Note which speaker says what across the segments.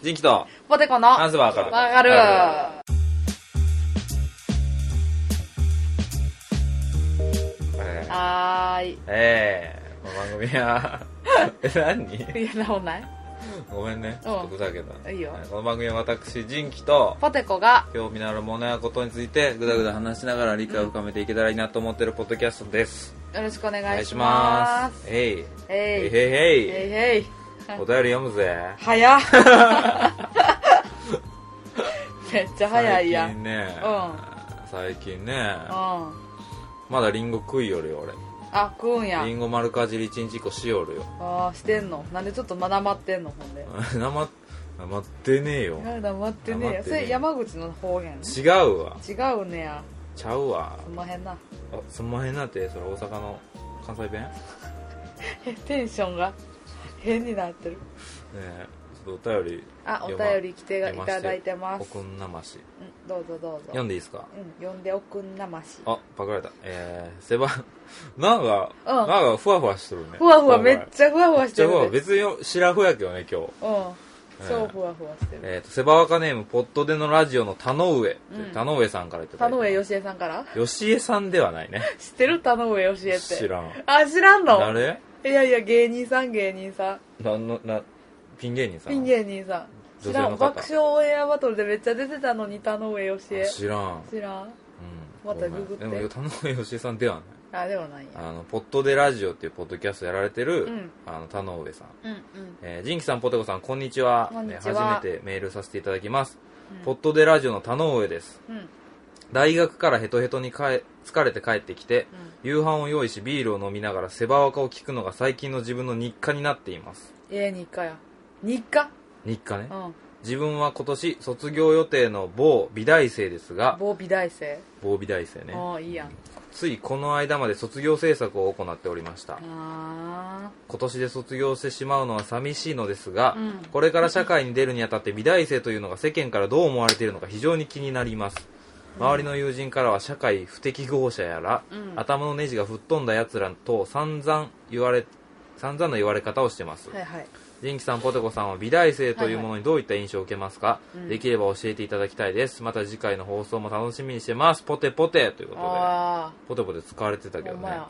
Speaker 1: 人気と
Speaker 2: ポテコの、
Speaker 1: アン
Speaker 2: わ
Speaker 1: スバーから
Speaker 2: かる。
Speaker 1: えー
Speaker 2: はーい。
Speaker 1: えーこの番組 はえ何
Speaker 2: いや、なおない
Speaker 1: ごめんねちょっとふざけた
Speaker 2: いいよ
Speaker 1: はこの番組は私人気と
Speaker 2: ポテコが、
Speaker 1: 興味のあるものやことについてぐだぐだ話しながら理解を深めていけたらいいなと思ってるポッドキャストです
Speaker 2: よろしくお願
Speaker 1: お願
Speaker 2: い
Speaker 1: いし
Speaker 2: しま。
Speaker 1: ますすえいえい
Speaker 2: え
Speaker 1: へ
Speaker 2: い。
Speaker 1: いへい
Speaker 2: えいへい。
Speaker 1: お便り読むぜ
Speaker 2: 早っ。めっちゃ早いや
Speaker 1: 最
Speaker 2: ん。
Speaker 1: 近ね、最近ね
Speaker 2: うん。あ、
Speaker 1: まだリンゴ食いよるよ
Speaker 2: 食うんや
Speaker 1: 俺リ。ンゴ丸かじり1日1個しよるよ
Speaker 2: あーしてんのなんでちょっとまだ待ってんのほんで。
Speaker 1: なまなまってねえよ
Speaker 2: やだ、待ってねえ
Speaker 1: 黙
Speaker 2: や。
Speaker 1: って
Speaker 2: そ
Speaker 1: ねえ
Speaker 2: れ山口の方言。
Speaker 1: 違うわ
Speaker 2: 違うねや。
Speaker 1: ちゃうわ
Speaker 2: すんまへんな。
Speaker 1: あそんまへんなってそれ大阪の関西弁ね
Speaker 2: えテンションが変になってる。
Speaker 1: えちょっとお便り
Speaker 2: あ、お
Speaker 1: 読
Speaker 2: 便
Speaker 1: ま
Speaker 2: り来てがいただいてます。
Speaker 1: おくんなまし
Speaker 2: うんどうぞどうぞ。
Speaker 1: 読んでいいですか
Speaker 2: うん、呼んでおくんなまし。
Speaker 1: あパクられたえー、セバ なんか、
Speaker 2: うん
Speaker 1: なんかふわふわしてるね
Speaker 2: ふわふわ、めっ
Speaker 1: ゃ
Speaker 2: ちゃふわふわしてる
Speaker 1: ふわふわ
Speaker 2: で。
Speaker 1: 別によ白ふやけどね今日
Speaker 2: うん。超ふわふわしてる。
Speaker 1: えー、とセバワカネームポットでのラジオの田上、上
Speaker 2: うん
Speaker 1: 田上さんからいただ
Speaker 2: 田
Speaker 1: いて
Speaker 2: 上よしえさんから
Speaker 1: よしえさんではない ね
Speaker 2: 知ってる田上よしえって。
Speaker 1: 知らん
Speaker 2: あ、知らんの
Speaker 1: 誰
Speaker 2: いやいや、芸人さん、芸人さん。
Speaker 1: なんのなピン芸人さん
Speaker 2: ピン芸人さん。知
Speaker 1: 女性
Speaker 2: ら
Speaker 1: の
Speaker 2: ん。
Speaker 1: 方
Speaker 2: 爆笑オンエアバトルでめっちゃ出てたのに田上よしえ
Speaker 1: あ。知らん、
Speaker 2: 知らん。
Speaker 1: うん、
Speaker 2: ま
Speaker 1: ごめ
Speaker 2: た
Speaker 1: ん
Speaker 2: ググって
Speaker 1: でも田上よしえさんではない
Speaker 2: あ、でもないや。
Speaker 1: あのポットでラジオっていうポッドキャストやられてる、
Speaker 2: うん
Speaker 1: あの田上さん
Speaker 2: うんうん。
Speaker 1: えー、ジンキさん、ポテコさん、こんにちは。
Speaker 2: こんにちは
Speaker 1: えー初めてメールさせていただきます。
Speaker 2: うん
Speaker 1: ポットでラジオの田上です。
Speaker 2: うんうん。
Speaker 1: 大学からヘトヘトにかえ疲れて帰ってきて、夕飯を用意しビールを飲みながらセバワカを聞くのが最近の自分の日課になっています
Speaker 2: ええ、日課や。日課
Speaker 1: 日課ね
Speaker 2: うん。
Speaker 1: 自分は今年卒業予定の某美大生ですが
Speaker 2: 防備大生。
Speaker 1: 某美大生ね
Speaker 2: ああ、いいやん。
Speaker 1: ついこの間まで卒業制作を行っておりました
Speaker 2: あ
Speaker 1: 今年で卒業してしまうのは寂しいのですが、
Speaker 2: うん
Speaker 1: これから社会に出るにあたって美大生というのが世間からどう思われているのか非常に気になります周りの友人からは社会不適合者やら、
Speaker 2: うん
Speaker 1: 頭のネジが吹っ飛んだやつらと散々言われ散々な言われ方をしてます、
Speaker 2: あ。はいはい。
Speaker 1: 仁木さんポテコさんは美大生というものにどういった印象を受けますか、
Speaker 2: うん
Speaker 1: できれば教えていただきたいですまた次回の放送も楽しみにしてますポテポテということで
Speaker 2: ああ。
Speaker 1: ポテポテ使われてたけど
Speaker 2: ほん
Speaker 1: ね
Speaker 2: まや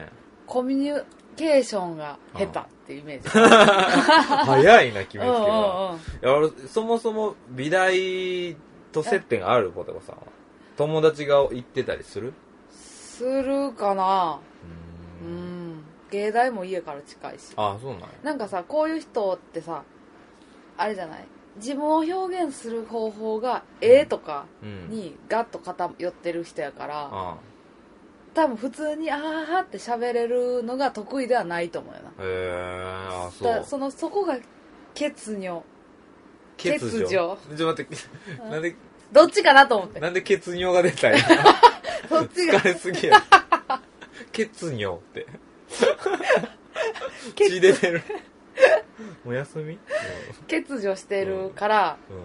Speaker 1: ね
Speaker 2: コミュニケーションが下手っていうイメージ。
Speaker 1: 早いな決めつけ
Speaker 2: うんうん
Speaker 1: が
Speaker 2: うん。
Speaker 1: いや俺そもそも美大と接点があるポテコさんは友達が行ってたりする
Speaker 2: するかな
Speaker 1: う
Speaker 2: う
Speaker 1: ーん
Speaker 2: ん。芸大も家から近いし。
Speaker 1: あそうなんや
Speaker 2: なんかさ、こういう人ってさ、あれじゃない自分を表現する方法が絵とか
Speaker 1: うん
Speaker 2: にガッと偏ってる人やから、
Speaker 1: あ
Speaker 2: 多分普通にあははって喋れるのが得意ではないと思うよな。
Speaker 1: へえあそ
Speaker 2: だから
Speaker 1: う
Speaker 2: その、そこが欠如。欠如
Speaker 1: ちょっと待って
Speaker 2: ん
Speaker 1: なんで
Speaker 2: どっちかなと思って。
Speaker 1: なんで血尿が出たんや
Speaker 2: そっちが
Speaker 1: 疲。れすぎや血尿って
Speaker 2: 血
Speaker 1: 血出てるお休み
Speaker 2: 欠如してるから、
Speaker 1: うんうん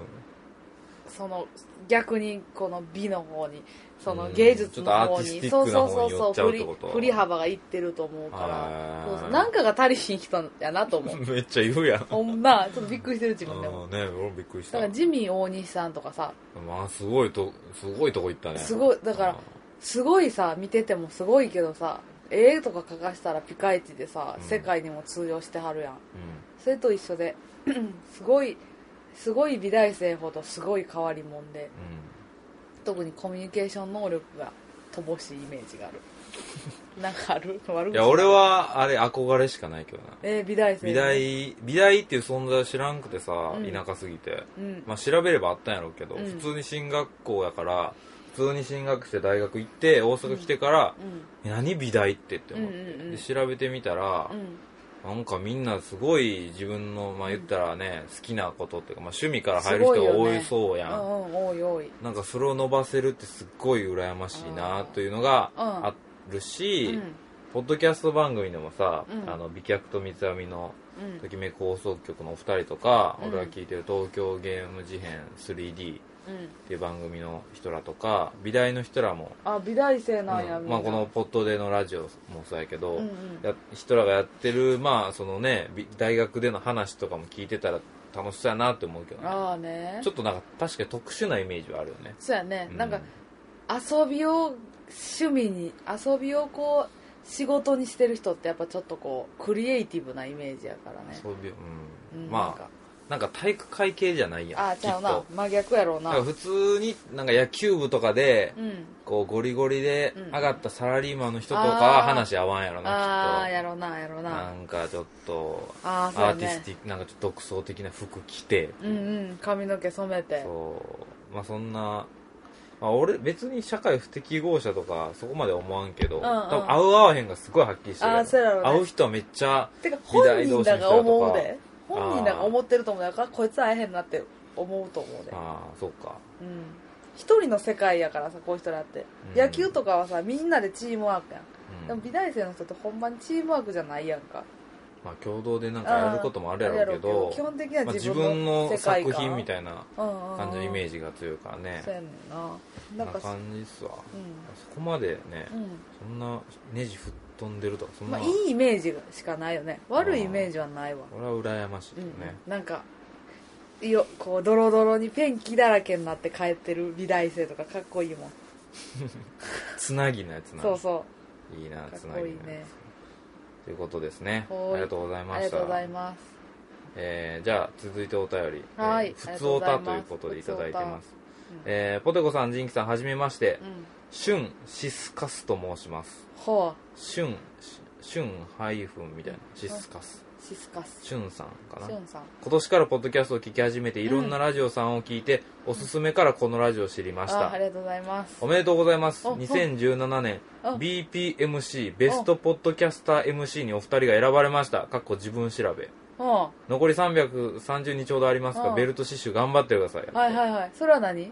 Speaker 2: その逆にこの美の方にその
Speaker 1: うん
Speaker 2: 芸術の
Speaker 1: ちょっとア
Speaker 2: 方
Speaker 1: ーティス
Speaker 2: に
Speaker 1: ティ
Speaker 2: そ
Speaker 1: ッ
Speaker 2: う
Speaker 1: ク
Speaker 2: そ
Speaker 1: な
Speaker 2: う
Speaker 1: 方に
Speaker 2: そう
Speaker 1: 寄っちゃ
Speaker 2: そうう
Speaker 1: っ
Speaker 2: 振
Speaker 1: て
Speaker 2: り
Speaker 1: こと
Speaker 2: 振り幅がいってると思うから
Speaker 1: あー
Speaker 2: そうそうなんかが足りひん人やなと思う
Speaker 1: めっちゃ言うやん
Speaker 2: ほんまちょっとびっくりしてる自分でも
Speaker 1: うんね俺もびっくりし
Speaker 2: だ
Speaker 1: た
Speaker 2: からジミー大西さんとかさ
Speaker 1: まあすごいとすごいとこ行ったね
Speaker 2: すごいだからすごいさ見ててもすごいけどさ絵とか描かしたらピカイチでさ
Speaker 1: うん
Speaker 2: 世界にも通用してはるやん
Speaker 1: う
Speaker 2: それと一緒で すごいすごい美大生ほどすごい変わり者で
Speaker 1: んうん
Speaker 2: 特にコミュニケーション能力が乏しいイメージがある なんかある悪口
Speaker 1: いや、俺は、あれ、憧れしかないけどな。
Speaker 2: えー美大生
Speaker 1: 美大、美大っていう存在を知らんくてさ、
Speaker 2: うん
Speaker 1: 田舎すぎて。
Speaker 2: うん、
Speaker 1: まあ、調べればあったんやろうけど、
Speaker 2: うん
Speaker 1: 普通に進学校やから、普通に進学して大学行って、大阪来てから、え何美大ってって思って。
Speaker 2: うんうんうん
Speaker 1: で、調べてみたら
Speaker 2: うんう、ん
Speaker 1: なんかみんなすごい自分の、まあ言ったらね、好きなことっていうか、まあ趣味から入る人が多いそうや。
Speaker 2: うんんうん多い多い
Speaker 1: なんかそれを伸ばせるってすっごい羨ましいなというのが
Speaker 2: うん
Speaker 1: ある
Speaker 2: う
Speaker 1: し、
Speaker 2: んうん
Speaker 1: ポッドキャスト番組でもさ、
Speaker 2: うん
Speaker 1: あの美脚と三つ編みのときめく放送局のお二人とか、
Speaker 2: うん
Speaker 1: 俺が聞いてる東京ゲーム事変 3D っ
Speaker 2: うん
Speaker 1: ていう番組の人らとか美大の人らも、
Speaker 2: あ美大生
Speaker 1: うん
Speaker 2: なんや、みんな
Speaker 1: まあ、このポッドでのラジオもそうやけど、
Speaker 2: うんうん
Speaker 1: や人らがやってる、まあそのね、美大学での話とかも聞いてたら楽しそうやなって思うけどね
Speaker 2: ああね
Speaker 1: ちょっとなんか確かに特殊なイメージはあるよね
Speaker 2: そうやね、
Speaker 1: う
Speaker 2: なんか遊びを趣味に遊びをこう仕事にしてる人ってやっぱちょっとこうクリエイティブなイメージやからね
Speaker 1: そういう、う
Speaker 2: うんん
Speaker 1: まあなんか体育会系じゃないやん
Speaker 2: ああーちゃうな
Speaker 1: きっと
Speaker 2: 真逆やろう
Speaker 1: だ
Speaker 2: な
Speaker 1: から普通になんか野球部とかで、
Speaker 2: うん
Speaker 1: こうゴリゴリで
Speaker 2: うん
Speaker 1: 上がったサラリーマンの人とかは
Speaker 2: あー
Speaker 1: 話合わんやろ
Speaker 2: あ
Speaker 1: な
Speaker 2: あ
Speaker 1: きっ
Speaker 2: やろうなやろう
Speaker 1: とな
Speaker 2: なん
Speaker 1: かちょっと
Speaker 2: ああそう
Speaker 1: ア
Speaker 2: や
Speaker 1: ーティス
Speaker 2: ね
Speaker 1: ティックなんかちょっと独創的な服着て
Speaker 2: うんうん髪の毛染めて
Speaker 1: そうまあそんなまあ、俺別に社会不適合者とかそこまで思わんけど、
Speaker 2: んうん
Speaker 1: 多分合う合わへんがすごいはっきりしてるやろ
Speaker 2: あーそうやろうね
Speaker 1: 合う人はめっちゃ
Speaker 2: てか
Speaker 1: 美
Speaker 2: 本
Speaker 1: 大同
Speaker 2: 人
Speaker 1: 士の人
Speaker 2: らが
Speaker 1: とか
Speaker 2: 思うで
Speaker 1: あー
Speaker 2: 本人らが思ってると思うだからこいつ会えへんなって思うと思うで
Speaker 1: ああそうか
Speaker 2: うん一人の世界やからさこういう人らって、
Speaker 1: うん
Speaker 2: 野球とかはさみんなでチームワークやん、
Speaker 1: うん
Speaker 2: でも美大生の人ってほんまにチームワークじゃないやんか
Speaker 1: まあ、共同でなんかやることもあるやろうけ
Speaker 2: あ
Speaker 1: ど
Speaker 2: ーあるやろうけど基本的には
Speaker 1: まあ
Speaker 2: 自
Speaker 1: 自
Speaker 2: 分
Speaker 1: 分
Speaker 2: の
Speaker 1: の
Speaker 2: 世界観
Speaker 1: 作品みたいな
Speaker 2: 感
Speaker 1: 感じのイメー
Speaker 2: ジ
Speaker 1: ジが強いからね
Speaker 2: そうやねんな
Speaker 1: な
Speaker 2: なんか
Speaker 1: 感じっすわ
Speaker 2: う
Speaker 1: そこまでね、
Speaker 2: ん、うん
Speaker 1: そんなネジ吹っ飛んでるとかそん
Speaker 2: ま
Speaker 1: な、
Speaker 2: あ、いいイメージしかないよね悪いイメージはないわ、
Speaker 1: 俺は羨ましい
Speaker 2: うん
Speaker 1: よね、
Speaker 2: なんかよこうドロドロにペンキだらけになって帰ってる美大生とかかっこいいもん
Speaker 1: つなぎのやつな
Speaker 2: そうそ
Speaker 1: いいな
Speaker 2: かっ
Speaker 1: つなぎ
Speaker 2: こ
Speaker 1: の
Speaker 2: いい
Speaker 1: やつ
Speaker 2: ね
Speaker 1: ということですね
Speaker 2: はーい
Speaker 1: ありがとうございうま
Speaker 2: あり
Speaker 1: し
Speaker 2: が
Speaker 1: た
Speaker 2: とうございます
Speaker 1: えーじゃあ続いてお便り
Speaker 2: はい
Speaker 1: えーふつおた
Speaker 2: ありがとうご
Speaker 1: と
Speaker 2: ざ
Speaker 1: い
Speaker 2: いうま
Speaker 1: こ
Speaker 2: す
Speaker 1: とでいただいてます
Speaker 2: つおた
Speaker 1: えーポテコさんジンキさんはじめまして、
Speaker 2: うん
Speaker 1: シュンシスカスと申します
Speaker 2: ほ
Speaker 1: シュンシシュンハイフンみたいなシスカス
Speaker 2: うシスカス
Speaker 1: シュンさんかな
Speaker 2: シュンさん
Speaker 1: 今年からポッドキャストを聞き始めていろんなラジオさんを聞いて、おすすめからこのラジオを知りまし
Speaker 2: あ
Speaker 1: た
Speaker 2: ありがとうございます
Speaker 1: おめでとうございます
Speaker 2: お
Speaker 1: 2017年
Speaker 2: お
Speaker 1: BPMC ベストポッドキャスター MC にお二人が選ばれましたかっこ自分調べ
Speaker 2: うんは
Speaker 1: 残り330日ちょうどありますが
Speaker 2: うん
Speaker 1: ベルト刺繍頑張ってください
Speaker 2: いはい
Speaker 1: い、
Speaker 2: はいそれは何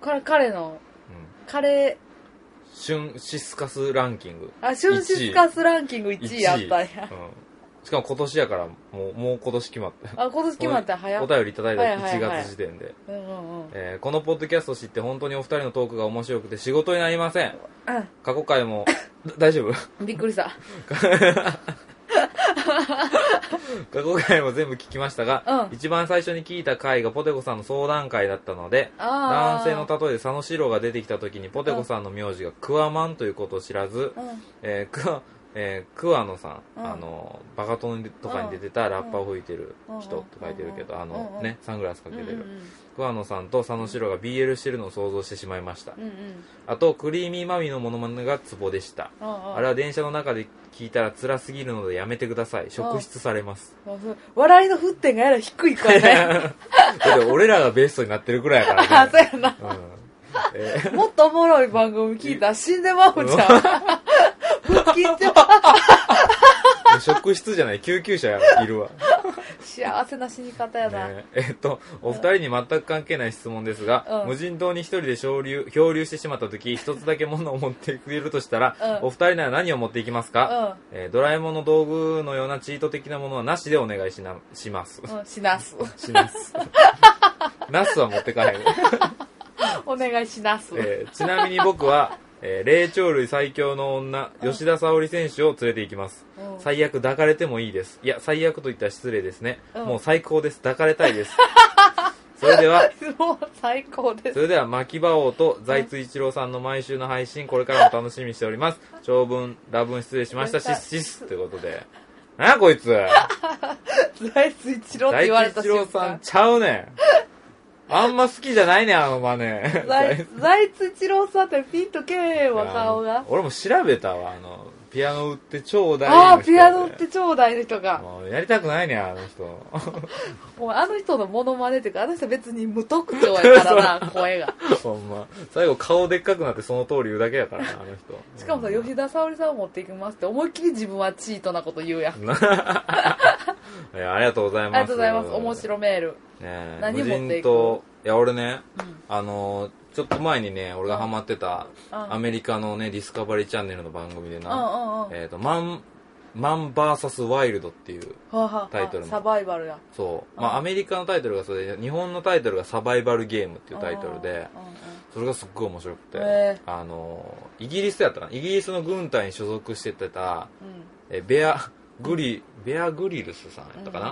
Speaker 2: から彼の
Speaker 1: うん、
Speaker 2: 彼
Speaker 1: シュンシスカスランキング
Speaker 2: あシュンシスカスランキング1
Speaker 1: 1
Speaker 2: 位やったん
Speaker 1: うん
Speaker 2: や、
Speaker 1: しかも今年やからもうもう今年決まった
Speaker 2: あ今年決まった早
Speaker 1: お
Speaker 2: っ
Speaker 1: 便りいただいた
Speaker 2: はいはい
Speaker 1: 1
Speaker 2: はい
Speaker 1: 月時点で、
Speaker 2: うんうんうん
Speaker 1: えーこのポッドキャストを知って本当にお二人のトークが面白くて仕事になりませ ん過去回も だ大丈夫
Speaker 2: うんびっくりした
Speaker 1: 過去回も全部聞きましたが、
Speaker 2: うん
Speaker 1: 一番最初に聞いた回がポテコさんの相談会だったので男
Speaker 2: ああ
Speaker 1: 性の例えで佐野史郎が出てきた時にポテコさんの名字がクワマンということを知らず、
Speaker 2: うん
Speaker 1: えークワえークワノさん、
Speaker 2: うん
Speaker 1: あのバカ殿とかに出てたラッパを吹いてる人
Speaker 2: うん
Speaker 1: って書いてるけど、
Speaker 2: うん
Speaker 1: あの、
Speaker 2: うん
Speaker 1: ねサングラスかけてる、
Speaker 2: うんうん
Speaker 1: 桑野さんと佐野史郎が BL してるのを想像してしまいました、
Speaker 2: うんうん
Speaker 1: あとクリーミーマミのモノマネがツボでした、
Speaker 2: あ
Speaker 1: あれは電車の中で聞いたら辛すぎるのでやめてください職質されます、
Speaker 2: 笑いの沸点がやら低いから ね
Speaker 1: だって俺らがベストになってるくらいやから
Speaker 2: あ
Speaker 1: ね
Speaker 2: そうやな
Speaker 1: うんえー
Speaker 2: もっとおもろい番組聞いたら死んでまうじゃん 腹筋って
Speaker 1: 職質じゃない救急車いるわ、
Speaker 2: 幸せな死に方やな、
Speaker 1: ねえっとお二人に全く関係ない質問ですが、
Speaker 2: うん
Speaker 1: 無人島に一人で漂流漂流してしまった時一つだけ物を持ってくれるとしたら、
Speaker 2: うん
Speaker 1: お二人なら何を持っていきますか、えードラえもんの道具のようなチート的なものはなしでお願いしなします。
Speaker 2: うん、うん、しなす
Speaker 1: します。ナスは持ってかへん。
Speaker 2: お願いします、
Speaker 1: えーちなみに僕は、えー霊長類最強の女、吉田沙保里選手を連れて行きます。
Speaker 2: うん
Speaker 1: 最悪抱かれてもいいです。いや、最悪と言ったら失礼ですね。
Speaker 2: うん
Speaker 1: もう最高です。抱かれたいです。それでは、
Speaker 2: もう最高で
Speaker 1: そ
Speaker 2: す
Speaker 1: れでは、牧場王と財津一郎さんの毎週の配信、これからも楽しみにしております。長文、ラ文失礼しました。シスシスってことで。なあ、こいつ
Speaker 2: 財津一郎って言われた
Speaker 1: 大地
Speaker 2: 瞬
Speaker 1: 一郎さん
Speaker 2: 間
Speaker 1: ちゃうねん。あんま好きじゃないねん、あのマネ。
Speaker 2: 財財津一郎さんってピンとけえへんわ顔
Speaker 1: あ
Speaker 2: が
Speaker 1: の俺も調べたわ、あの、ピアノ売ってちょうだいの人。
Speaker 2: ああーピアノって超大の人が
Speaker 1: もうやりたくないねん、あの人。
Speaker 2: もうあの人のモノマネっていうかあの人別に無特徴やからな声が
Speaker 1: ほんま。最後顔でっかくなってその通り言うだけやからな、あの人。
Speaker 2: しかもさ吉田沙保里さんを持っていきますって思いっきり自分はチートなこと言うやんあ
Speaker 1: いや、ありがとうござい
Speaker 2: り
Speaker 1: ます。
Speaker 2: がとうございます面
Speaker 1: い。
Speaker 2: 白メール
Speaker 1: ねえ、
Speaker 2: 何持っていく
Speaker 1: 無人島。いや、俺ね、
Speaker 2: うん
Speaker 1: あの、ちょっと前にね、俺がハマってた、
Speaker 2: うん
Speaker 1: アメリカのね、ディスカバリーチャンネルの番組で
Speaker 2: うんうん
Speaker 1: な、
Speaker 2: うん
Speaker 1: えっ、と、マン、マンバーサスワイルドっていう、
Speaker 2: はあはあはあ
Speaker 1: タイトルも
Speaker 2: サバイバルや
Speaker 1: そう、ま
Speaker 2: うん
Speaker 1: あアメリカのタイトルがそれで、日本のタイトルがサバイバルゲームっていうタイトルで、
Speaker 2: うんうんうん
Speaker 1: それがすっごい面白くて、
Speaker 2: へ
Speaker 1: あの、イギリスやったかな、イギリスの軍隊に所属してた、
Speaker 2: うん
Speaker 1: えベア、グリ、ベアグリルスさんやったかな、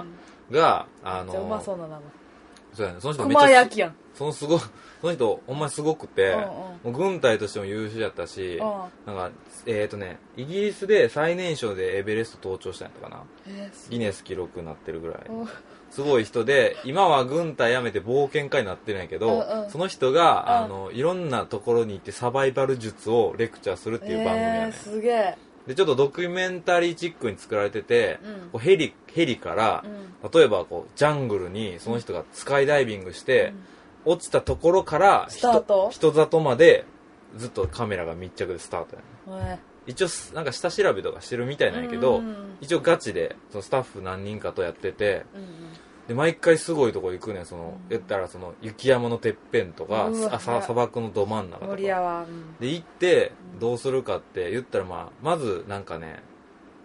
Speaker 2: うん
Speaker 1: が、あ
Speaker 2: めっちゃうま
Speaker 1: の、
Speaker 2: そうな名前
Speaker 1: そうやね、その人めっ
Speaker 2: 熊
Speaker 1: ちゃ
Speaker 2: 焼、きやん
Speaker 1: そのすご、その人、ほんまにすごくて、
Speaker 2: うんうん
Speaker 1: もう軍隊としても優秀やったし、
Speaker 2: うん
Speaker 1: なんか、えっ、とね、イギリスで最年少でエベレスト登頂したんやったかな。
Speaker 2: えーす
Speaker 1: ギネス記録になってるぐらい。
Speaker 2: うん
Speaker 1: すごい人で、今は軍隊辞めて冒険家になってるんやけど、
Speaker 2: うんうん
Speaker 1: その人が、
Speaker 2: うん
Speaker 1: あの、いろんなところに行ってサバイバル術をレクチャーするっていう番組やね
Speaker 2: えー、すげえ
Speaker 1: で、ちょっとドキュメンタリーチックに作られてて、
Speaker 2: うん
Speaker 1: こうヘリ、ヘリから
Speaker 2: う、ん
Speaker 1: 例えばこう、ジャングルにその人がスカイダイビングして、落ちたところから
Speaker 2: スタート
Speaker 1: 人人里までずっとカメラが密着でスタートやね
Speaker 2: うんえ
Speaker 1: 一応すなんか下調べとかしてるみたいなんやけど、
Speaker 2: うんうん
Speaker 1: 一応ガチでそのスタッフ何人かとやってて
Speaker 2: ーうんうん
Speaker 1: で毎回すごいとこ行くねんその、
Speaker 2: うん
Speaker 1: 言ったらその雪山のてっぺんとか
Speaker 2: うわ
Speaker 1: あさ砂漠のど真ん中とか
Speaker 2: 森屋は、うん
Speaker 1: で行って
Speaker 2: うん
Speaker 1: どうするかって言ったら、まあ、まずなんかね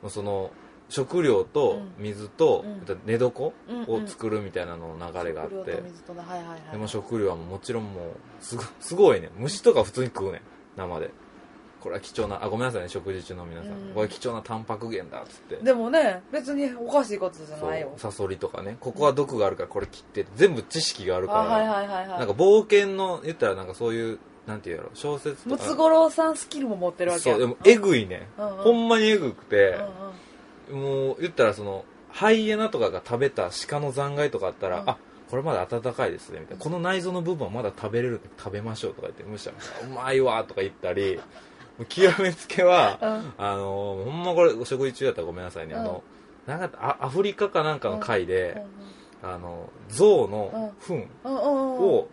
Speaker 1: もうその食料と水と、
Speaker 2: うん
Speaker 1: 寝床
Speaker 2: うんうん
Speaker 1: を作るみたいなのの流れがあって、
Speaker 2: 食料と水とねはいはいはい
Speaker 1: でも食料はもうもちろんもうすごすごいね虫とか普通に食うねん生でこれは貴重なあごめんなさいね食事中の皆さん、
Speaker 2: うん
Speaker 1: これは貴重なタンパク源だっつって
Speaker 2: でもね別におかしいことじゃ
Speaker 1: そ
Speaker 2: ないよ
Speaker 1: うサソリとかねここは毒があるからこれ切って全部知識がある
Speaker 2: あ
Speaker 1: から、
Speaker 2: はいはいはいはい
Speaker 1: なんか冒険の言ったらなんかそういうなんていうやろ小説と
Speaker 2: ム
Speaker 1: か
Speaker 2: ツゴロウさんスキルも持ってるわけ
Speaker 1: そ
Speaker 2: や
Speaker 1: うでもえぐいね、
Speaker 2: うんうん
Speaker 1: ほんまにえぐく
Speaker 2: う
Speaker 1: て
Speaker 2: ん、うん
Speaker 1: もう言ったらそのハイエナとかが食べた鹿の残骸とかあったら、
Speaker 2: うん
Speaker 1: あこれまだ温かいですねみたいなこの内臓の部分はまだ食べれるんで食べましょうとか言ってむしゃむしゃうまいわとか言ったりもう極めつけは、
Speaker 2: うん
Speaker 1: あのほんまこれお食事中だったらごめんなさいね、あのなんかあアフリカかなんかの会で、あの象の糞
Speaker 2: うんうんうんうん
Speaker 1: を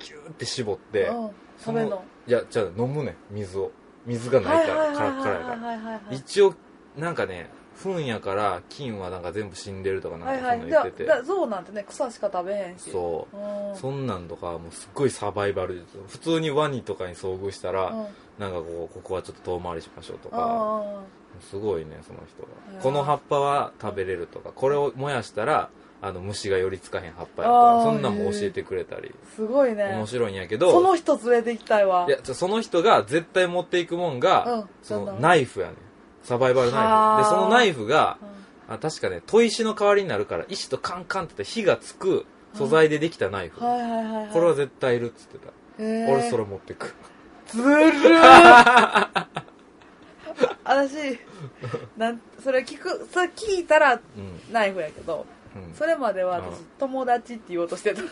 Speaker 1: キューって絞って、
Speaker 2: うん
Speaker 1: そ
Speaker 2: 食
Speaker 1: の
Speaker 2: べんの
Speaker 1: いやじゃあ飲むね水を水がないから、からからやから
Speaker 2: はいはいはい
Speaker 1: 一応なんかね糞やから菌はなんか全部死んでるとかなんか
Speaker 2: はい
Speaker 1: そ
Speaker 2: は
Speaker 1: んないの言
Speaker 2: はいだ
Speaker 1: ってて、
Speaker 2: だ象なんてね草しか食べへんしう
Speaker 1: そ
Speaker 2: ん
Speaker 1: うそんなんとかもうすっごいサバイバル術普通にワニとかに遭遇したら、
Speaker 2: うん
Speaker 1: なんかこうここはちょっと遠回りしましょうと
Speaker 2: うん
Speaker 1: か、
Speaker 2: うんうん
Speaker 1: すごいねその人
Speaker 2: う
Speaker 1: が
Speaker 2: わ
Speaker 1: この葉っぱは食べれるとかこれを燃やしたらあの虫が寄りつかへん葉っぱやと
Speaker 2: あ
Speaker 1: か
Speaker 2: ー
Speaker 1: そんなんも教えてくれたり
Speaker 2: すごいね
Speaker 1: 面白いんやけど
Speaker 2: その人連れて行きたいわ
Speaker 1: いやじゃあその人が絶対持っていくもんが、
Speaker 2: うん
Speaker 1: そ
Speaker 2: なん
Speaker 1: の
Speaker 2: だ
Speaker 1: ナイフやねんサバイバルナ
Speaker 2: は
Speaker 1: イフ
Speaker 2: ー
Speaker 1: でそのナイフが
Speaker 2: うん
Speaker 1: あ確かね砥石の代わりになるから石とカンカンって火がつく素材でできたナイフ、
Speaker 2: はいはいはいい
Speaker 1: これは絶対いるっつってた、
Speaker 2: へー
Speaker 1: 俺それ持ってく
Speaker 2: ずるー 私なんそれ聞くそれ聞いたら
Speaker 1: うん、
Speaker 2: ナイフやけど
Speaker 1: うん、
Speaker 2: それまでは私
Speaker 1: うん
Speaker 2: 友達って言おうとしてたい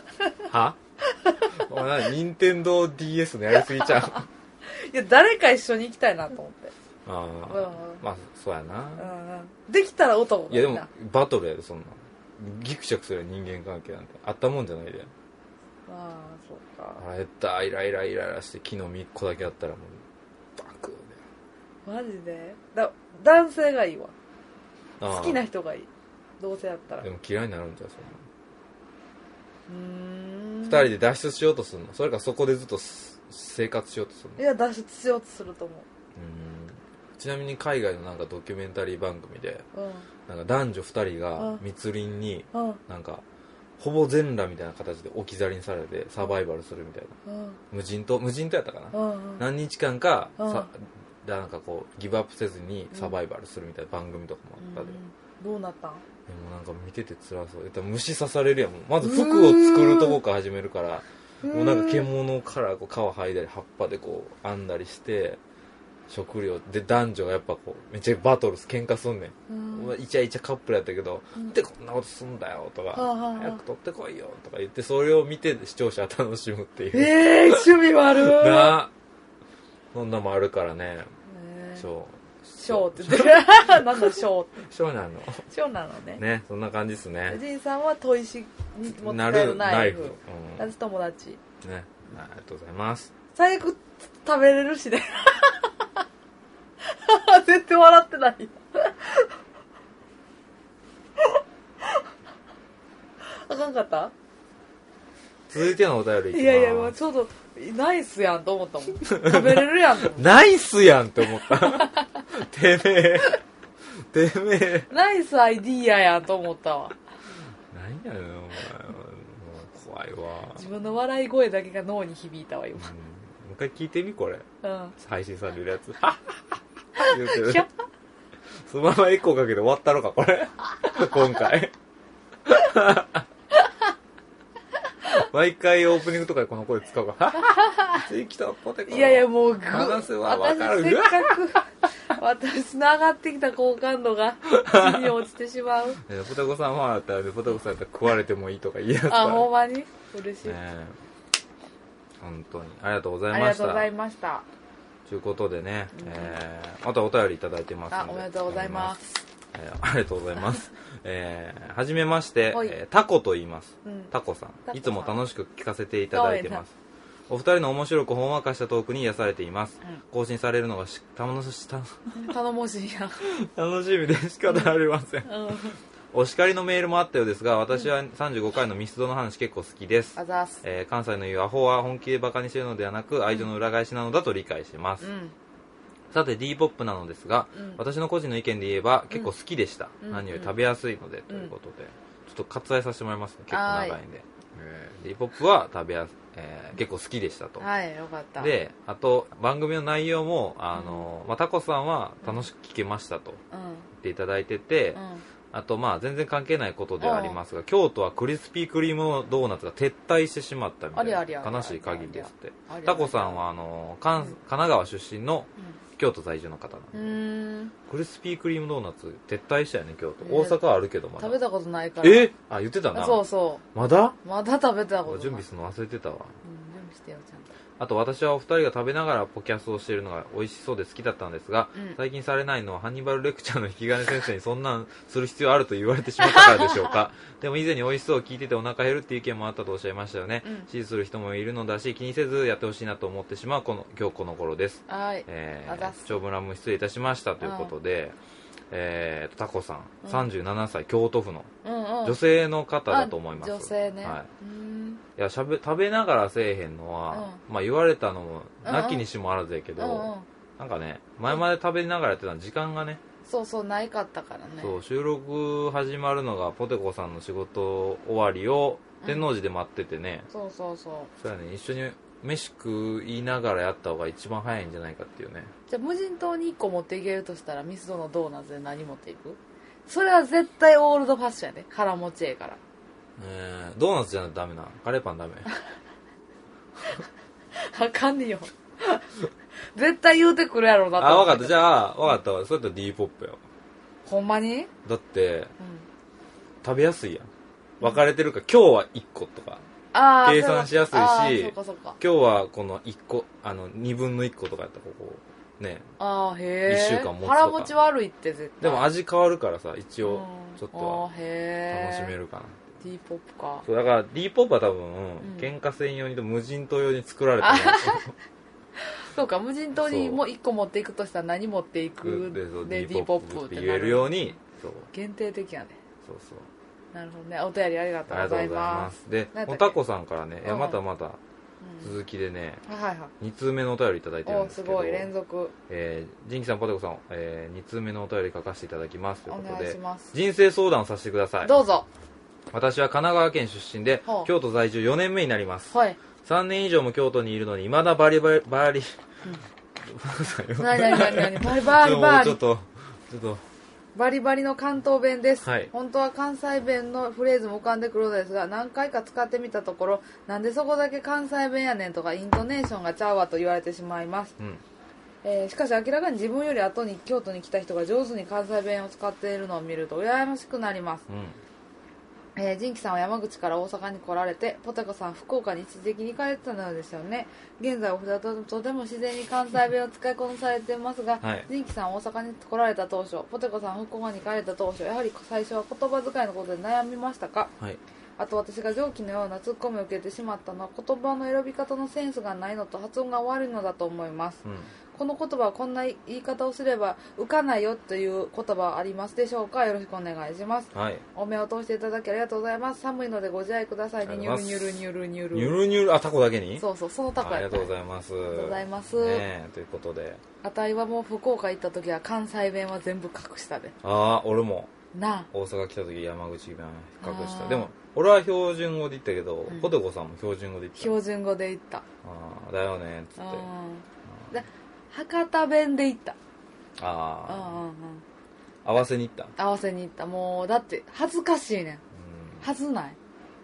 Speaker 1: は お前何任天堂 d s のやりすぎちゃう あ
Speaker 2: や誰か一緒に行きたいなと思って
Speaker 1: あ、
Speaker 2: うんうん
Speaker 1: まあそうやな、
Speaker 2: うんうんできたら男がい
Speaker 1: い
Speaker 2: い
Speaker 1: や
Speaker 2: な
Speaker 1: でもバトルやでそんなんギクシャクするやん人間関係なんてあったもんじゃないで
Speaker 2: ああそうか
Speaker 1: 腹減ったイライライライラして昨日1個だけあったらもうバク
Speaker 2: マジでだ男性がいいわ
Speaker 1: ああ
Speaker 2: 好きな人がいいどうせやったら
Speaker 1: で
Speaker 2: う
Speaker 1: も嫌いになるんじゃうそんな
Speaker 2: ーん
Speaker 1: 二人で脱出しようとするのそれかそこでずっとす生活しようとする
Speaker 2: い
Speaker 1: の
Speaker 2: や脱出しようとすると思
Speaker 1: うんちなみに海外のなんかドキュメンタリー番組で
Speaker 2: う
Speaker 1: なんか男女二人
Speaker 2: う
Speaker 1: が
Speaker 2: ん
Speaker 1: 密林に
Speaker 2: うんうん
Speaker 1: なんかほぼ全裸みたいな形で置き去りにされてサバイバルするみたいな
Speaker 2: うん
Speaker 1: 無人島無人島やったかな
Speaker 2: うんうん
Speaker 1: 何日間かさだなんかこうギブアップせずにサバイバルするみたいな番組とかもあったで、
Speaker 2: うんどうなったん
Speaker 1: でもなんか見てて辛そう言ったら虫刺されるやんもうまず服を作るとこから始めるからもうなんか獣からこう皮剥いだり葉っぱでこう編んだりして食料で男女がやっぱこうめっちゃバトルす喧嘩すんねん、
Speaker 2: うん
Speaker 1: まあイチャイチャカップルやったけど「
Speaker 2: う
Speaker 1: なんんでこんなことすんだよ」とか
Speaker 2: はあはあはあ
Speaker 1: 早く取ってこいよ」とか言ってそれを見て視聴者は楽しむっていう、
Speaker 2: ええー、趣味悪い
Speaker 1: なあそんなもあるからね
Speaker 2: ねえ
Speaker 1: そう
Speaker 2: ショーって言ってる なんだショーって
Speaker 1: そうなの
Speaker 2: ショーなのね
Speaker 1: ねそんな感じっす ね
Speaker 2: 藤井さんは砥石に持って
Speaker 1: な
Speaker 2: 帰
Speaker 1: る
Speaker 2: るナ
Speaker 1: ナ
Speaker 2: イ
Speaker 1: イフ
Speaker 2: フ、
Speaker 1: う
Speaker 2: 私友達
Speaker 1: ん、ねありがとうございます
Speaker 2: 最悪食べれるしね 絶対笑ってないあかんかった
Speaker 1: 続いてのお便りいきます
Speaker 2: いやいやもうちょうどナイスやんと思ったもん食べれるやんと思っ
Speaker 1: ナイスやんって思った。 てめえ。てめえ。
Speaker 2: たナイスアイディアやんと思ったわ
Speaker 1: 何やねん、お前。もう怖いわ。
Speaker 2: 自分の笑い声だけが脳に響いたわ
Speaker 1: うん
Speaker 2: 今
Speaker 1: もう一回聞いてみ、これ。
Speaker 2: うん
Speaker 1: 配信されるやつ。言うてる
Speaker 2: キャッ
Speaker 1: そのままエコーかけて終わったのか、これ。今回。毎回オープニングとかでこの声使うから 「できたポテコ」
Speaker 2: いやいやもうぐ
Speaker 1: 話せばわか
Speaker 2: 私
Speaker 1: る
Speaker 2: せっかく私の上がってきた好感度が地に落ちて しまう
Speaker 1: えーポテコさんファンだったらねポテコさんだったら食われてもいいとか言い出すから
Speaker 2: あほんまに嬉しい、
Speaker 1: ねえ本当にありがとうござ
Speaker 2: あ
Speaker 1: い
Speaker 2: り
Speaker 1: ま
Speaker 2: が
Speaker 1: し
Speaker 2: とう
Speaker 1: た
Speaker 2: ございました
Speaker 1: ということでね、
Speaker 2: うん
Speaker 1: えーあとはお便りいただいてます
Speaker 2: あ
Speaker 1: ので、
Speaker 2: おめでとうございますす
Speaker 1: えーありがとうございます、えーはじめまして、
Speaker 2: はい
Speaker 1: えータコと言います
Speaker 2: うん
Speaker 1: タコさん
Speaker 2: タコさん
Speaker 1: いつも楽しく聞かせていただいてますお二人の面白くほんわかしたトークに癒されています
Speaker 2: うん
Speaker 1: 更新されるのがし楽しした
Speaker 2: 頼もしいや、
Speaker 1: 楽しみで仕方ありません
Speaker 2: うん、
Speaker 1: お叱りのメールもあったようですが私は35回のミスドの話結構好きです
Speaker 2: あ、ざーす
Speaker 1: えー関西の言うアホは本気でバカにしてるのではなく愛情の裏返しなのだと理解します、
Speaker 2: うん
Speaker 1: さて D ポップなのですが、
Speaker 2: うん
Speaker 1: 私の個人の意見で言えば結構好きでした、
Speaker 2: うん
Speaker 1: 何より食べやすいので、ということでちょっと割愛させてもらいますね結構長いんで、えー、D ポップは食べやす、えー結構好きでしたと、
Speaker 2: はいよかった、
Speaker 1: であと番組の内容もあの、まあ、タコさんは楽しく聞けましたと
Speaker 2: うん
Speaker 1: 言っていただいてて、
Speaker 2: うん、
Speaker 1: あとまあ全然関係ないことではありますが京都はクリスピークリームドーナツが撤退してしまったみたい
Speaker 2: ありゃありゃ
Speaker 1: な
Speaker 2: ありゃ
Speaker 1: 悲しい限りですって
Speaker 2: ありが
Speaker 1: タ
Speaker 2: とう
Speaker 1: コさんはあの関
Speaker 2: うん
Speaker 1: 神奈川出身の京都在住の方なんで
Speaker 2: うん、うーん
Speaker 1: クリスピークリームドーナツ撤退したよね京都、
Speaker 2: えー
Speaker 1: 大阪はあるけどまだ
Speaker 2: 食べたことないから
Speaker 1: えあ言ってたな
Speaker 2: そうそ
Speaker 1: まだ
Speaker 2: うまだ食べたことない
Speaker 1: 準備するの忘れてたわ
Speaker 2: うん、準備してよちゃんと
Speaker 1: あと私はお二人が食べながらポキャストをしているのが美味しそうで好きだったんですが、
Speaker 2: うん
Speaker 1: 最近されないのはハンニバルレクチャーの引き金先生にそんなんする必要あると言われてしまったからでしょう かでも以前に美味しそうを聞いててお腹減るっていう意見もあったとおっしゃいましたよね、
Speaker 2: うん
Speaker 1: 支持する人もいるのだし気にせずやってほしいなと思ってしまうこの今日この頃です
Speaker 2: はい
Speaker 1: え
Speaker 2: あざっす
Speaker 1: ー、長文乱文失礼いたしましたということで、えー、タコさん
Speaker 2: うん
Speaker 1: 37歳、京都府の
Speaker 2: うんうん
Speaker 1: 女性の方だと思います
Speaker 2: あ女性ね、
Speaker 1: は
Speaker 2: うーん
Speaker 1: い、いやしゃべ食べながらせえへんのは、まあ、言われたのも
Speaker 2: うんうん
Speaker 1: なきにしもあらずやけ
Speaker 2: う
Speaker 1: ど、
Speaker 2: んうん
Speaker 1: なんかね前まで食べながらやってたの時間がね
Speaker 2: そうそうないかったからね
Speaker 1: そう収録始まるのがポテコさんの仕事終わりを天王寺で待っててね、
Speaker 2: そうそうそう
Speaker 1: そうやね一緒に飯食いながらやった方が一番早いんじゃないかっていうね
Speaker 2: じゃあ無人島に1個持っていけるとしたらミスドのドーナツで何持っていくそれは絶対オールドファッションやね腹持ちええから
Speaker 1: えー、ドーナツじゃダメなカレーパンダメ
Speaker 2: あかんねよ 絶対言うてくるやろうな
Speaker 1: あ分かった
Speaker 2: ゃ
Speaker 1: じゃあ分かったわそれと D ポップよ
Speaker 2: ほんまに、
Speaker 1: だって
Speaker 2: うん、
Speaker 1: 食べやすいやん分かれてるから今日は1個とか
Speaker 2: ああ
Speaker 1: 計算しやすいし
Speaker 2: そうかそうか
Speaker 1: 今日はこの1個あの2分の1個とかやったらここね
Speaker 2: ああへえ
Speaker 1: 一週間持つとか
Speaker 2: 腹持ち悪いって絶対
Speaker 1: でも味変わるからさ一
Speaker 2: を
Speaker 1: 応ちょっとは楽しめるかな、
Speaker 2: ディーポップか
Speaker 1: そうだから D ポップは多分、
Speaker 2: ん
Speaker 1: 喧嘩専用にと無人島用に作られたも
Speaker 2: そうか無人島にも1個持っていくとしたら何持ってい
Speaker 1: のでそ
Speaker 2: く
Speaker 1: う
Speaker 2: で
Speaker 1: D
Speaker 2: D ポ
Speaker 1: ポ
Speaker 2: ップ
Speaker 1: ップ
Speaker 2: って
Speaker 1: って
Speaker 2: な
Speaker 1: 言えるようにそう
Speaker 2: 限定的やね
Speaker 1: そうそう
Speaker 2: なるほどねお便りありがと
Speaker 1: あ
Speaker 2: う
Speaker 1: り
Speaker 2: ご
Speaker 1: がとうご
Speaker 2: ざ
Speaker 1: ざ
Speaker 2: い
Speaker 1: いま
Speaker 2: ます
Speaker 1: すで
Speaker 2: なんだっけ
Speaker 1: おたこさんからねいや
Speaker 2: うん
Speaker 1: またまた
Speaker 2: うん
Speaker 1: 続きでね
Speaker 2: はいはい
Speaker 1: 2通目のお便りいただいてるん
Speaker 2: お
Speaker 1: ですすけど
Speaker 2: ごい連続
Speaker 1: えー、ジンキさんポテコさん、え2通目のお便り書かせていただきますという
Speaker 2: お
Speaker 1: こと
Speaker 2: 願いし
Speaker 1: で
Speaker 2: ます
Speaker 1: 人生相談をさせてください
Speaker 2: どうぞ
Speaker 1: 私は神奈川県出身で
Speaker 2: ほう
Speaker 1: 京都在住4年目になります
Speaker 2: はい
Speaker 1: 3年以上も京都にいるのにいまだバリバリバリ、
Speaker 2: なになになに なにバリバリ
Speaker 1: も
Speaker 2: バ
Speaker 1: うちょっ
Speaker 2: リ
Speaker 1: とちょっと
Speaker 2: バリバリの関東弁です、
Speaker 1: はい
Speaker 2: 本当は関西弁のフレーズも浮かんでくるのですが何回か使ってみたところなんでそこだけ関西弁やねんとかイントネーションがちゃうわと言われてしまいます
Speaker 1: うん
Speaker 2: えーしかし明らかに自分より後に京都に来た人が上手に関西弁を使っているのを見ると羨ましくなります、
Speaker 1: う
Speaker 2: えー、仁さんは山口から大阪に来られてポテコさん福岡に一時的に帰ってたのですよね現在お二人ともとても自然に関西弁を使いこなされてますが
Speaker 1: はい
Speaker 2: 仁キさんは大阪に来られた当初ポテコさん福岡に帰れた当初やはり最初は言葉遣いのことで悩みましたか
Speaker 1: んはい
Speaker 2: あと私が上記のようなツッコミを受けてしまったのは言葉の選び方のセンスがないのと発音が悪いのだと思います
Speaker 1: うん
Speaker 2: この言葉はこんな言い方をすれば浮かないよという言葉はありますでしょうかよろしくお願いします
Speaker 1: はい
Speaker 2: お目を通していただきありがとうございます寒いのでご自愛ください
Speaker 1: あ
Speaker 2: ね
Speaker 1: り
Speaker 2: ニ
Speaker 1: が
Speaker 2: ュ
Speaker 1: と
Speaker 2: ル
Speaker 1: うご
Speaker 2: ニ
Speaker 1: ざい
Speaker 2: ュ
Speaker 1: ます
Speaker 2: ルニュルニュル
Speaker 1: ニュルニュルあタコだけに
Speaker 2: そうそうそのタコ
Speaker 1: あり
Speaker 2: や
Speaker 1: が
Speaker 2: っ
Speaker 1: と
Speaker 2: た
Speaker 1: うございますあり
Speaker 2: がとうございます
Speaker 1: ねえということで
Speaker 2: あたいはもう福岡行った時は関西弁は全部隠したで
Speaker 1: ああ俺も
Speaker 2: な
Speaker 1: 大阪来た時山口弁隠し
Speaker 2: あ
Speaker 1: た
Speaker 2: ー
Speaker 1: でも俺は標準語で言ったけど、
Speaker 2: うん
Speaker 1: ポテコさんも標準語で
Speaker 2: あ
Speaker 1: 言っ
Speaker 2: 標
Speaker 1: た
Speaker 2: 準語で行った
Speaker 1: ああだよねっつって
Speaker 2: うんで博多弁で行った
Speaker 1: あ
Speaker 2: うんう
Speaker 1: あ
Speaker 2: んうん
Speaker 1: 合わせに行った、うん、
Speaker 2: 合わせに行ったもうだって恥ずかしいねんはずない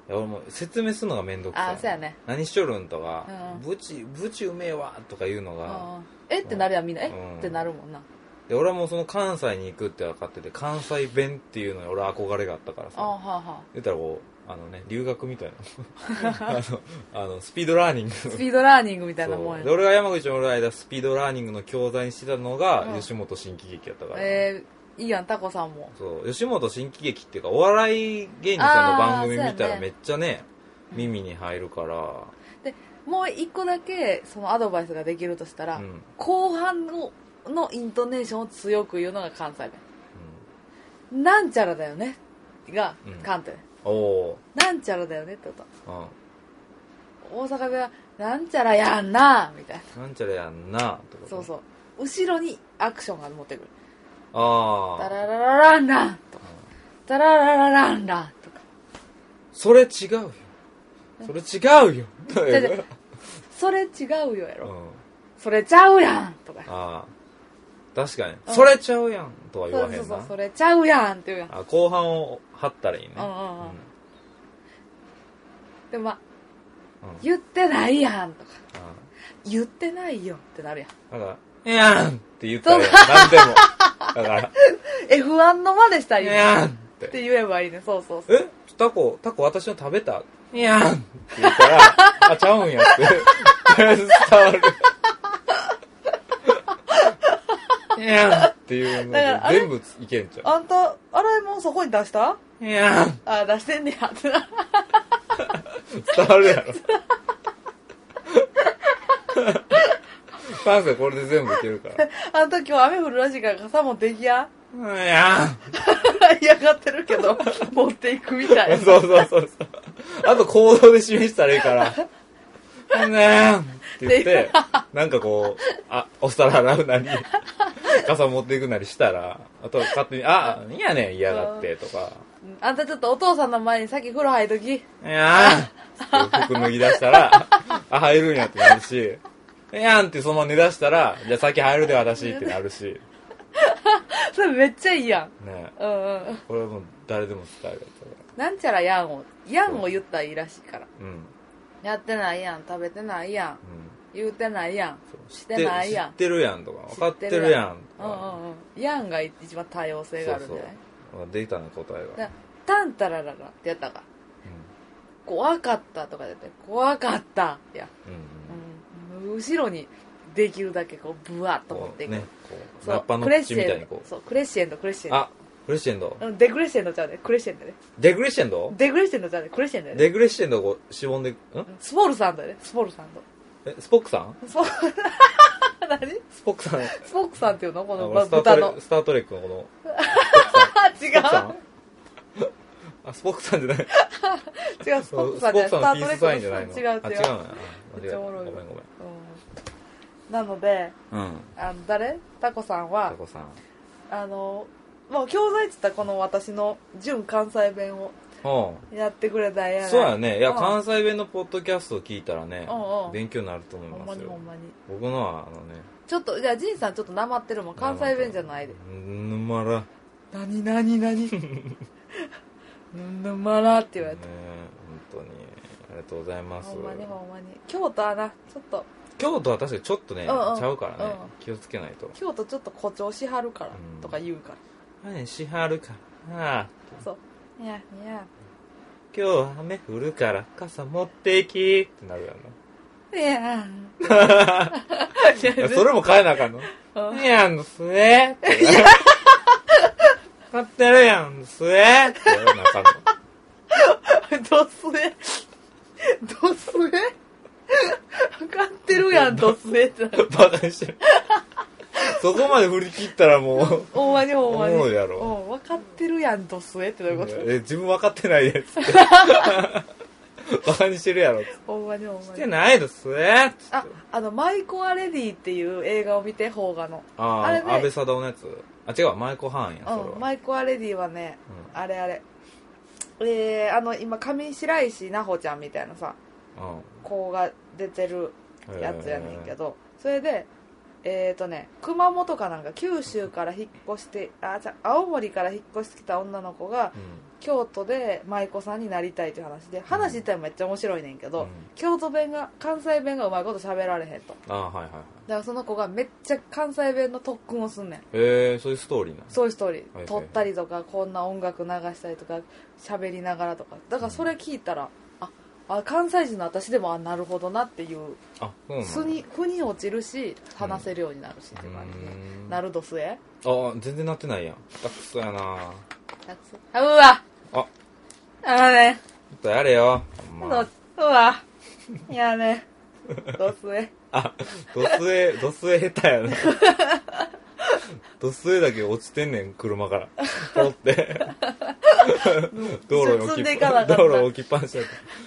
Speaker 1: いや俺も説明するのがめんどくさい
Speaker 2: あそうやね
Speaker 1: 何しちょるんとか、
Speaker 2: うん
Speaker 1: ブチブチうめえわとか言うの
Speaker 2: う
Speaker 1: が、
Speaker 2: んえってなるやんみんなえ
Speaker 1: うん
Speaker 2: ってなるもんな
Speaker 1: で俺はもうその関西に行くって分かってて関西弁っていうのに俺は憧れがあったから
Speaker 2: あは
Speaker 1: さ
Speaker 2: あは
Speaker 1: 言ったらこうあのね留学みたいな あのあのスピードラーニング
Speaker 2: あスピードラーニングみたいなも
Speaker 1: そ
Speaker 2: ん
Speaker 1: う
Speaker 2: や
Speaker 1: で
Speaker 2: な
Speaker 1: 俺が山口におる間スピードラーニングの教材にしてたのが
Speaker 2: うん
Speaker 1: 吉本新喜劇やったから、
Speaker 2: えーいいやんタコさんも
Speaker 1: そう吉本新喜劇っていうかお笑い芸人さんの番組
Speaker 2: あー
Speaker 1: 見た
Speaker 2: そ
Speaker 1: ら
Speaker 2: うやね
Speaker 1: めっちゃね耳に入るから、
Speaker 2: もう一個だけそのアドバイスができるとしたら、
Speaker 1: うん
Speaker 2: 後半ののイントネーションを強く言うのが関西弁なんちゃらだよねが
Speaker 1: うん
Speaker 2: 関東、
Speaker 1: おお
Speaker 2: なんちゃらだよねってこと
Speaker 1: ー、うん
Speaker 2: 大阪弁はなんちゃらやんなみたいな
Speaker 1: なんちゃらやんなってこと
Speaker 2: そうそう後ろにアクションが持ってくる
Speaker 1: あ
Speaker 2: タ
Speaker 1: あ
Speaker 2: ラララランランとかタラララランランとか
Speaker 1: それ違うよそれ違 うよ
Speaker 2: 違う違うそれ違うよや
Speaker 1: う
Speaker 2: ろ、
Speaker 1: ん、
Speaker 2: それちゃうやんとか
Speaker 1: ああ確かに、
Speaker 2: うん
Speaker 1: それちゃうやんとは言
Speaker 2: そ
Speaker 1: わ
Speaker 2: う
Speaker 1: へんな
Speaker 2: そうそうそれちゃうやんって言うやん
Speaker 1: あ後半を張ったらいいね
Speaker 2: うんうんうんでもまあ
Speaker 1: うん
Speaker 2: 言ってないやんとか
Speaker 1: あ
Speaker 2: 言ってないよってなるやん
Speaker 1: あだから「いやん!」って言ったらいい何でも だから
Speaker 2: 不安のまでした
Speaker 1: 「
Speaker 2: ら
Speaker 1: い
Speaker 2: いいね
Speaker 1: やん!」っ
Speaker 2: ってて言えばいいねそうそう
Speaker 1: 「
Speaker 2: そう
Speaker 1: えタコタコ私の食べた?」「いやん!」って言ったら「あちゃうんや」 ってとりあえず伝わる「いやん!」っていうの
Speaker 2: だから
Speaker 1: で
Speaker 2: あれ
Speaker 1: 全部いけんちゃ
Speaker 2: あんたあれもうそこに出した
Speaker 1: う「いやん!」
Speaker 2: あ出してんねやってな
Speaker 1: 伝わるやろ パンさんこれで全部いけるから
Speaker 2: あんた今日雨降るらしいから傘持っていきや
Speaker 1: 「うんいやん!」
Speaker 2: 嫌がってる けど持っていくみたいな
Speaker 1: そうそうそうそう。あと行動で示したらいいから。ねえって言って、なんかこう、あ、お皿洗うなり、傘持っていくなりしたら、あと勝手に、あ、いいやねん、嫌がって、とか、
Speaker 2: うん あんたちょっとお父さんの前に先風呂入っとき
Speaker 1: いやーんって服脱ぎ出したら、あ、入るんやってなるし、いやんってそのまま寝出したら、じゃあ先入るで私ってなるし、
Speaker 2: それめっちゃいいやん
Speaker 1: ねえ
Speaker 2: うんうん
Speaker 1: これはもう誰でも使えるやつだか
Speaker 2: なんちゃらやんをやんを言ったらいいらしいから
Speaker 1: ら。うん。うん。
Speaker 2: やってないやん食べてないやん言うてないやん
Speaker 1: そう
Speaker 2: してないや
Speaker 1: 知
Speaker 2: ん
Speaker 1: ってるやんとか、分かってるやんと
Speaker 2: うん
Speaker 1: か。
Speaker 2: うんうんやんが一番多様性があるんじゃない
Speaker 1: そうそう出たな答え
Speaker 2: だ
Speaker 1: が、
Speaker 2: からタンタラララってやったから怖かったとか言って怖かったいや、
Speaker 1: うん
Speaker 2: うん、後ろにできるだけこうブワッと
Speaker 1: うん
Speaker 2: 持っ
Speaker 1: こ
Speaker 2: ていうく、
Speaker 1: ねこう
Speaker 2: そう
Speaker 1: ラッパの
Speaker 2: クレッシ
Speaker 1: 口みたい
Speaker 2: ェ
Speaker 1: に
Speaker 2: ンド
Speaker 1: こう
Speaker 2: そうクレッシェンドクレッシェンド
Speaker 1: あクレッシェンド
Speaker 2: うんデクレッシェンドちゃうでクレッシェンドね
Speaker 1: デグレッシェンド
Speaker 2: デクレッシェンドちゃうでクレッシェンドやで
Speaker 1: デグレッシェンドをこうしぼんでん
Speaker 2: うんスポールさんだねスポールさんと
Speaker 1: えスポックさん
Speaker 2: スポ 何
Speaker 1: スポックさん
Speaker 2: スポークさんっていうのこ
Speaker 1: あ
Speaker 2: の
Speaker 1: これ
Speaker 2: ば
Speaker 1: スタート
Speaker 2: 豚
Speaker 1: レ
Speaker 2: の
Speaker 1: スタートレックのこの
Speaker 2: あ
Speaker 1: スポックさ
Speaker 2: 違
Speaker 1: んあスポックさんじ ゃない
Speaker 2: う違うスポ
Speaker 1: そ
Speaker 2: ー
Speaker 1: う
Speaker 2: ク
Speaker 1: ス
Speaker 2: さ
Speaker 1: ポ
Speaker 2: んじゃ
Speaker 1: ッ
Speaker 2: な
Speaker 1: ク
Speaker 2: い
Speaker 1: さんのピー
Speaker 2: スタートレ
Speaker 1: スサインじゃない
Speaker 2: ッ
Speaker 1: のあ
Speaker 2: クの違う違
Speaker 1: 違うの
Speaker 2: う
Speaker 1: やあ
Speaker 2: めっちゃおも
Speaker 1: 間違えたごめ
Speaker 2: ろいわ
Speaker 1: んごめん
Speaker 2: うんなので
Speaker 1: うん
Speaker 2: あの誰タコさんは
Speaker 1: タコさん
Speaker 2: あのまあ教材っつったらこの私の純関西弁を
Speaker 1: うん
Speaker 2: やってくれたんやない
Speaker 1: そうやねいや
Speaker 2: うん
Speaker 1: 関西弁のポッドキャストを聞いたらね
Speaker 2: うんうん
Speaker 1: 勉強になると思い
Speaker 2: ほん
Speaker 1: ま
Speaker 2: ますにほ
Speaker 1: よ
Speaker 2: んまに
Speaker 1: 僕のはあのね
Speaker 2: ちょっとじゃあジンさんちょっとなまってるもん関西弁じゃないで
Speaker 1: うんぬまら
Speaker 2: なになになにうんぬまらって言われ
Speaker 1: ね
Speaker 2: た
Speaker 1: え本当にありがとうござい ます
Speaker 2: ほんまにほんまに京都はなちょっと
Speaker 1: 京都は確かにちょっとね、
Speaker 2: うんうん
Speaker 1: ちゃうからね、
Speaker 2: うん
Speaker 1: 気をつけないと
Speaker 2: 京都ちょっと誇張しはるから
Speaker 1: うん
Speaker 2: とか言うから
Speaker 1: 何しはるかああ
Speaker 2: そういやいや
Speaker 1: 今日は雨降るから傘持っていきってなるやろ
Speaker 2: いやい
Speaker 1: な
Speaker 2: や
Speaker 1: いやそれも変えなあかんの
Speaker 2: うん
Speaker 1: いやんすえ って買ってるやんすえってやらなあかんの
Speaker 2: ドスエドスエ分かってるやんドスエってなる
Speaker 1: バカにしてるそこまで振り切ったらもう
Speaker 2: ほんまにほんまに
Speaker 1: 思うやろ
Speaker 2: うん分かってるやんドスエってどういうこと
Speaker 1: え自分分かってないや つってバカにしてるやろっつって
Speaker 2: ほんまにほんま
Speaker 1: して
Speaker 2: に
Speaker 1: ないですえっつって
Speaker 2: ああのマイコアレディっていう映画を見て邦画の
Speaker 1: ああ
Speaker 2: あれね
Speaker 1: 安倍貞夫のやつあ違うマイコハーンやそれ
Speaker 2: うん
Speaker 1: は
Speaker 2: マイコアレディはね
Speaker 1: う
Speaker 2: あれあれえー、あの今上白石奈穂ちゃんみたいなさ
Speaker 1: ん
Speaker 2: 子が出てる
Speaker 1: うん
Speaker 2: やつやねんけど、それでえー、とね熊本かなんか九州から引っ越してあじゃあ青森から引っ越してきた女の子が
Speaker 1: うん
Speaker 2: 京都で舞妓さんになりたいという話で話自体めっちゃ面白いねんけど、
Speaker 1: うん
Speaker 2: 京都弁が関西弁がうまいこと喋られへんと
Speaker 1: ああはいはいはい
Speaker 2: だからその子がめっちゃ関西弁の特訓をすんねん
Speaker 1: えー、そういうストーリーなん
Speaker 2: そういうストーリ
Speaker 1: はいはい
Speaker 2: ー撮ったりとかこんな音楽流したりとか喋りながらとかだからそれ聞いたらああ関西人の私でもあなるほどなっていう
Speaker 1: あそうなんだ
Speaker 2: 腑に腑に落ちるし話せるようになるしっていう感じで
Speaker 1: うん
Speaker 2: なるどすえ
Speaker 1: あ全然なってないやん下手くそやな
Speaker 2: あうわ
Speaker 1: あ
Speaker 2: あのね
Speaker 1: ちょっとやれよ、ほんま
Speaker 2: どうわいやねどすえ
Speaker 1: あドスエドスエ下手やなドスエだけ落ちてんねん車からポロって道路に置
Speaker 2: 進ん
Speaker 1: き
Speaker 2: でいかなかった
Speaker 1: 道路に置きっぱなしだっ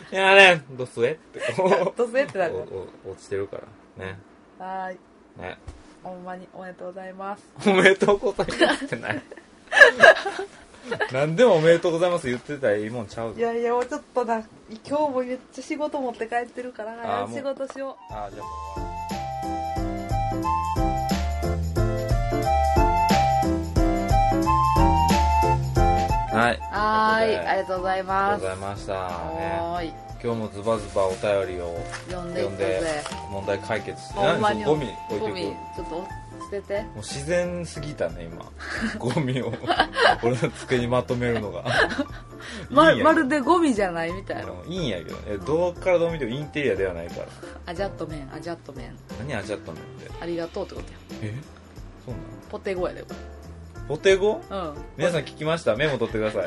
Speaker 1: たやれんドスエってこう
Speaker 2: どすえってなる
Speaker 1: おお落ちてるからね
Speaker 2: はーい
Speaker 1: ね
Speaker 2: ほんまにおめでとうございます
Speaker 1: おめでとうございますって ない何でもおめでとうございます言ってたらいいもんちゃう
Speaker 2: い
Speaker 1: ぞ
Speaker 2: やいやもうちょっとな今日もめっちゃ仕事持って帰ってるから
Speaker 1: あーも
Speaker 2: 早く
Speaker 1: う
Speaker 2: 仕事しよう
Speaker 1: あじゃあはい。
Speaker 2: はーい、あ
Speaker 1: あり
Speaker 2: りがとうござい
Speaker 1: がとう
Speaker 2: ます。
Speaker 1: ございました。ね、
Speaker 2: はーい、
Speaker 1: 今日もズバズバお便りを
Speaker 2: 読んでい
Speaker 1: 読
Speaker 2: こ
Speaker 1: ん
Speaker 2: う
Speaker 1: で
Speaker 2: ぜ。
Speaker 1: 問題解決して、
Speaker 2: ほんまに
Speaker 1: 何そのゴミ置い
Speaker 2: ゴ
Speaker 1: ていく
Speaker 2: ミ。、ちょっと捨てて。
Speaker 1: もう自然すぎたね 今。ゴミを俺の机にまとめるのが。
Speaker 2: ま
Speaker 1: いいんやけど
Speaker 2: まるでゴミじゃないみたいな。
Speaker 1: うんいいんやけどね。えどうからどう見てもインテリアではないから。
Speaker 2: アジャットメン、アジャットメン。
Speaker 1: 何味だったんだって。
Speaker 2: ありがとうってことや。
Speaker 1: え？そうなの？
Speaker 2: ポテゴやで、こ
Speaker 1: ポテゴ？
Speaker 2: れうん。
Speaker 1: 皆さん聞きましたメモ取ってください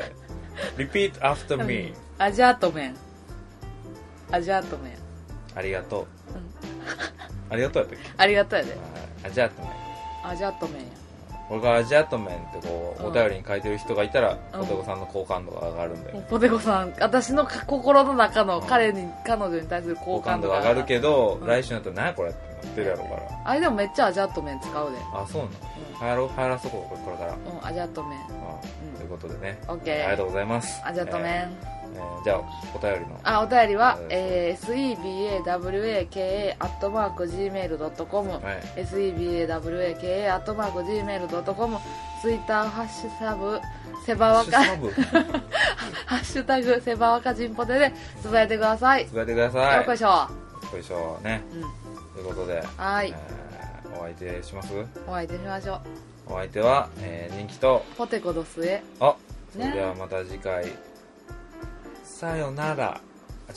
Speaker 1: Repeat after me
Speaker 2: アジャットメン。アジャットメン。
Speaker 1: ありがとう
Speaker 2: うん。
Speaker 1: ありがとうやったっけ
Speaker 2: ありがとうやで。
Speaker 1: あアジャートメン
Speaker 2: アジャットメンや。
Speaker 1: 僕はアジャートメンってこう
Speaker 2: うん
Speaker 1: お便りに書いてる人がいたら
Speaker 2: うん
Speaker 1: おとこさんの好感度が上がるんだ
Speaker 2: もう
Speaker 1: よ
Speaker 2: ポテゴさん、私のか心の中の
Speaker 1: うん
Speaker 2: 彼に、彼女に対する好
Speaker 1: 好感
Speaker 2: 感
Speaker 1: 度
Speaker 2: 度
Speaker 1: が上がるけど
Speaker 2: うん
Speaker 1: 来週になったら何やこれってなってるやろうから
Speaker 2: あれでもめっちゃアジャットメン使うで。
Speaker 1: あそうなの流行ろう流行らそうこれこれから
Speaker 2: うん、アジャットメン。
Speaker 1: あ
Speaker 2: うん
Speaker 1: ということでね
Speaker 2: オッ
Speaker 1: あ
Speaker 2: ケ
Speaker 1: り
Speaker 2: ー。
Speaker 1: がとうございます
Speaker 2: アジャット
Speaker 1: え
Speaker 2: メン。
Speaker 1: ーえーじゃあお便りの
Speaker 2: あお便りは、
Speaker 1: うん
Speaker 2: えー、sebawaka.gmail.com、
Speaker 1: はい
Speaker 2: sebawaka.gmail.com ツイッターハッシュタグセバ
Speaker 1: ハ
Speaker 2: ワ
Speaker 1: ッシ
Speaker 2: カ
Speaker 1: ュタグ つ
Speaker 2: ハッシュタグセバワカジンポテでつぶやいてください、
Speaker 1: ぶやいてください
Speaker 2: よっこい
Speaker 1: よ
Speaker 2: しょ、
Speaker 1: いしょね
Speaker 2: うん、
Speaker 1: ということで
Speaker 2: はーい
Speaker 1: えーお相手します
Speaker 2: お相手しましょう
Speaker 1: お相手は、えー人気と
Speaker 2: ポテコドスエ
Speaker 1: あそ
Speaker 2: ね
Speaker 1: れではまた次回、さよならあ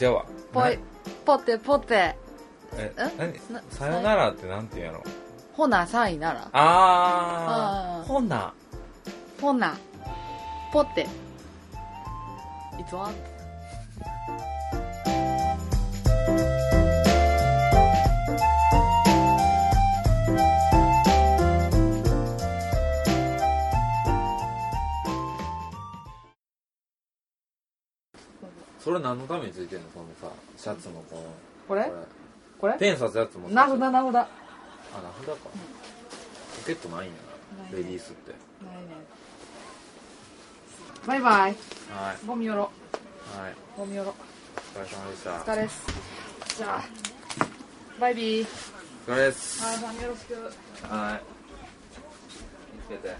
Speaker 1: 違うわ
Speaker 2: ポイ
Speaker 1: な
Speaker 2: ポテポテ
Speaker 1: え
Speaker 2: ん
Speaker 1: 何
Speaker 2: な
Speaker 1: さよならってなんて言うんやろ
Speaker 2: ほなさいなら
Speaker 1: あ
Speaker 2: あー
Speaker 1: ーほな
Speaker 2: ほなポテいつは
Speaker 1: それ何のためについてんのこのさシャツのこの
Speaker 2: これこれ
Speaker 1: ペン刺すやつも
Speaker 2: 名札名札
Speaker 1: あ名札かポケットないんや
Speaker 2: ない
Speaker 1: な
Speaker 2: ね
Speaker 1: レディースって
Speaker 2: ないねバイバイ
Speaker 1: はい
Speaker 2: ゴミよろ
Speaker 1: はい
Speaker 2: ゴミよろ
Speaker 1: お疲れ様でした
Speaker 2: お疲れっすじゃあバイビー
Speaker 1: お疲れです
Speaker 2: はいさんよろしく
Speaker 1: はい気をつけて